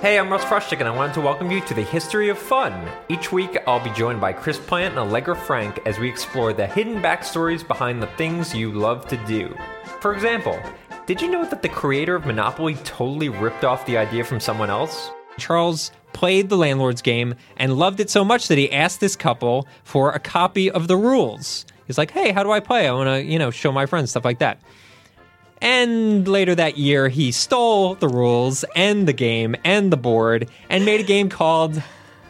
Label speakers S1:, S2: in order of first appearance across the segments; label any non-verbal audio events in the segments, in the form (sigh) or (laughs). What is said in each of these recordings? S1: Hey, I'm Russ Frushtick, and I wanted to welcome you to the History of Fun. Each week, I'll be joined by Chris Plant and Allegra Frank as we explore the hidden backstories behind the things you love to do. For example, did you know that the creator of Monopoly totally ripped off the idea from someone else? Charles played the landlord's game and loved it so much that he asked this couple for a copy of the rules. He's like, "Hey, how do I play? I want to, you know, show my friends stuff like that." And later that year, he stole the rules and the game and the board and made a game called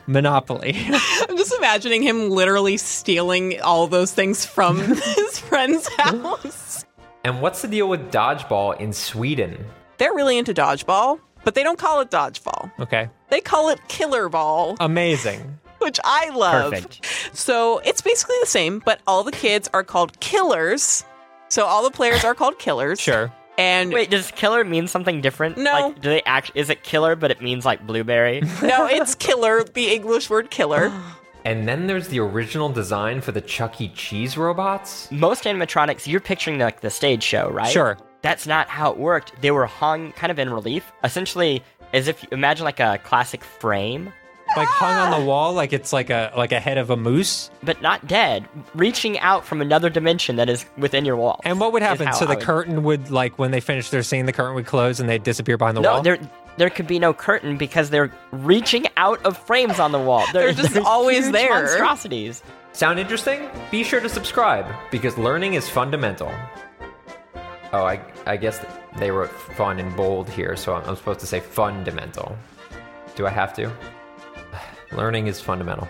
S1: Monopoly. (laughs)
S2: I'm just imagining him literally stealing all those
S1: (laughs)
S2: things from his friend's house.
S1: and what's the deal with dodgeball in Sweden?
S2: They're really into dodgeball, but they don't call it dodgeball.
S1: Okay.
S2: They call it killer ball,
S1: Amazing.
S2: which I love.
S1: Perfect.
S2: So it's basically the same, but all the kids are called killers. So all the players are called killers.
S1: Sure.
S2: And
S3: (laughs) Wait, does killer mean something different?
S2: No.
S3: Like, do they act? Is it killer, but it means
S1: (laughs)
S3: like blueberry?
S2: no, it's killer, the English word killer.
S1: And then there's the original design for the Chuck E. Cheese robots.
S3: Most animatronics, you're picturing like the stage show, right?
S1: Sure.
S3: That's not how it worked. They were hung kind of in relief, essentially, as if imagine like a classic frame,
S1: Like hung on the wall like it's like a like a head of a moose.
S3: but not dead, reaching out from another dimension that is within your wall.
S1: And what would
S3: is
S1: happen?
S3: how
S1: So
S3: I
S1: the
S3: would-
S1: curtain would like when they finished their scene, the curtain would close and they'd disappear behind the
S3: No,
S1: wall.
S3: there there could be no curtain because they're reaching out of frames on the wall.
S2: They're just
S3: they're
S2: always
S3: huge
S2: there.
S3: Monstrosities.
S1: Sound interesting? Be sure to subscribe because learning is fundamental. Oh, I, I guess they wrote fun in bold here, so I'm, I'm supposed to say fundamental. Do I have to? (sighs) Learning is fundamental.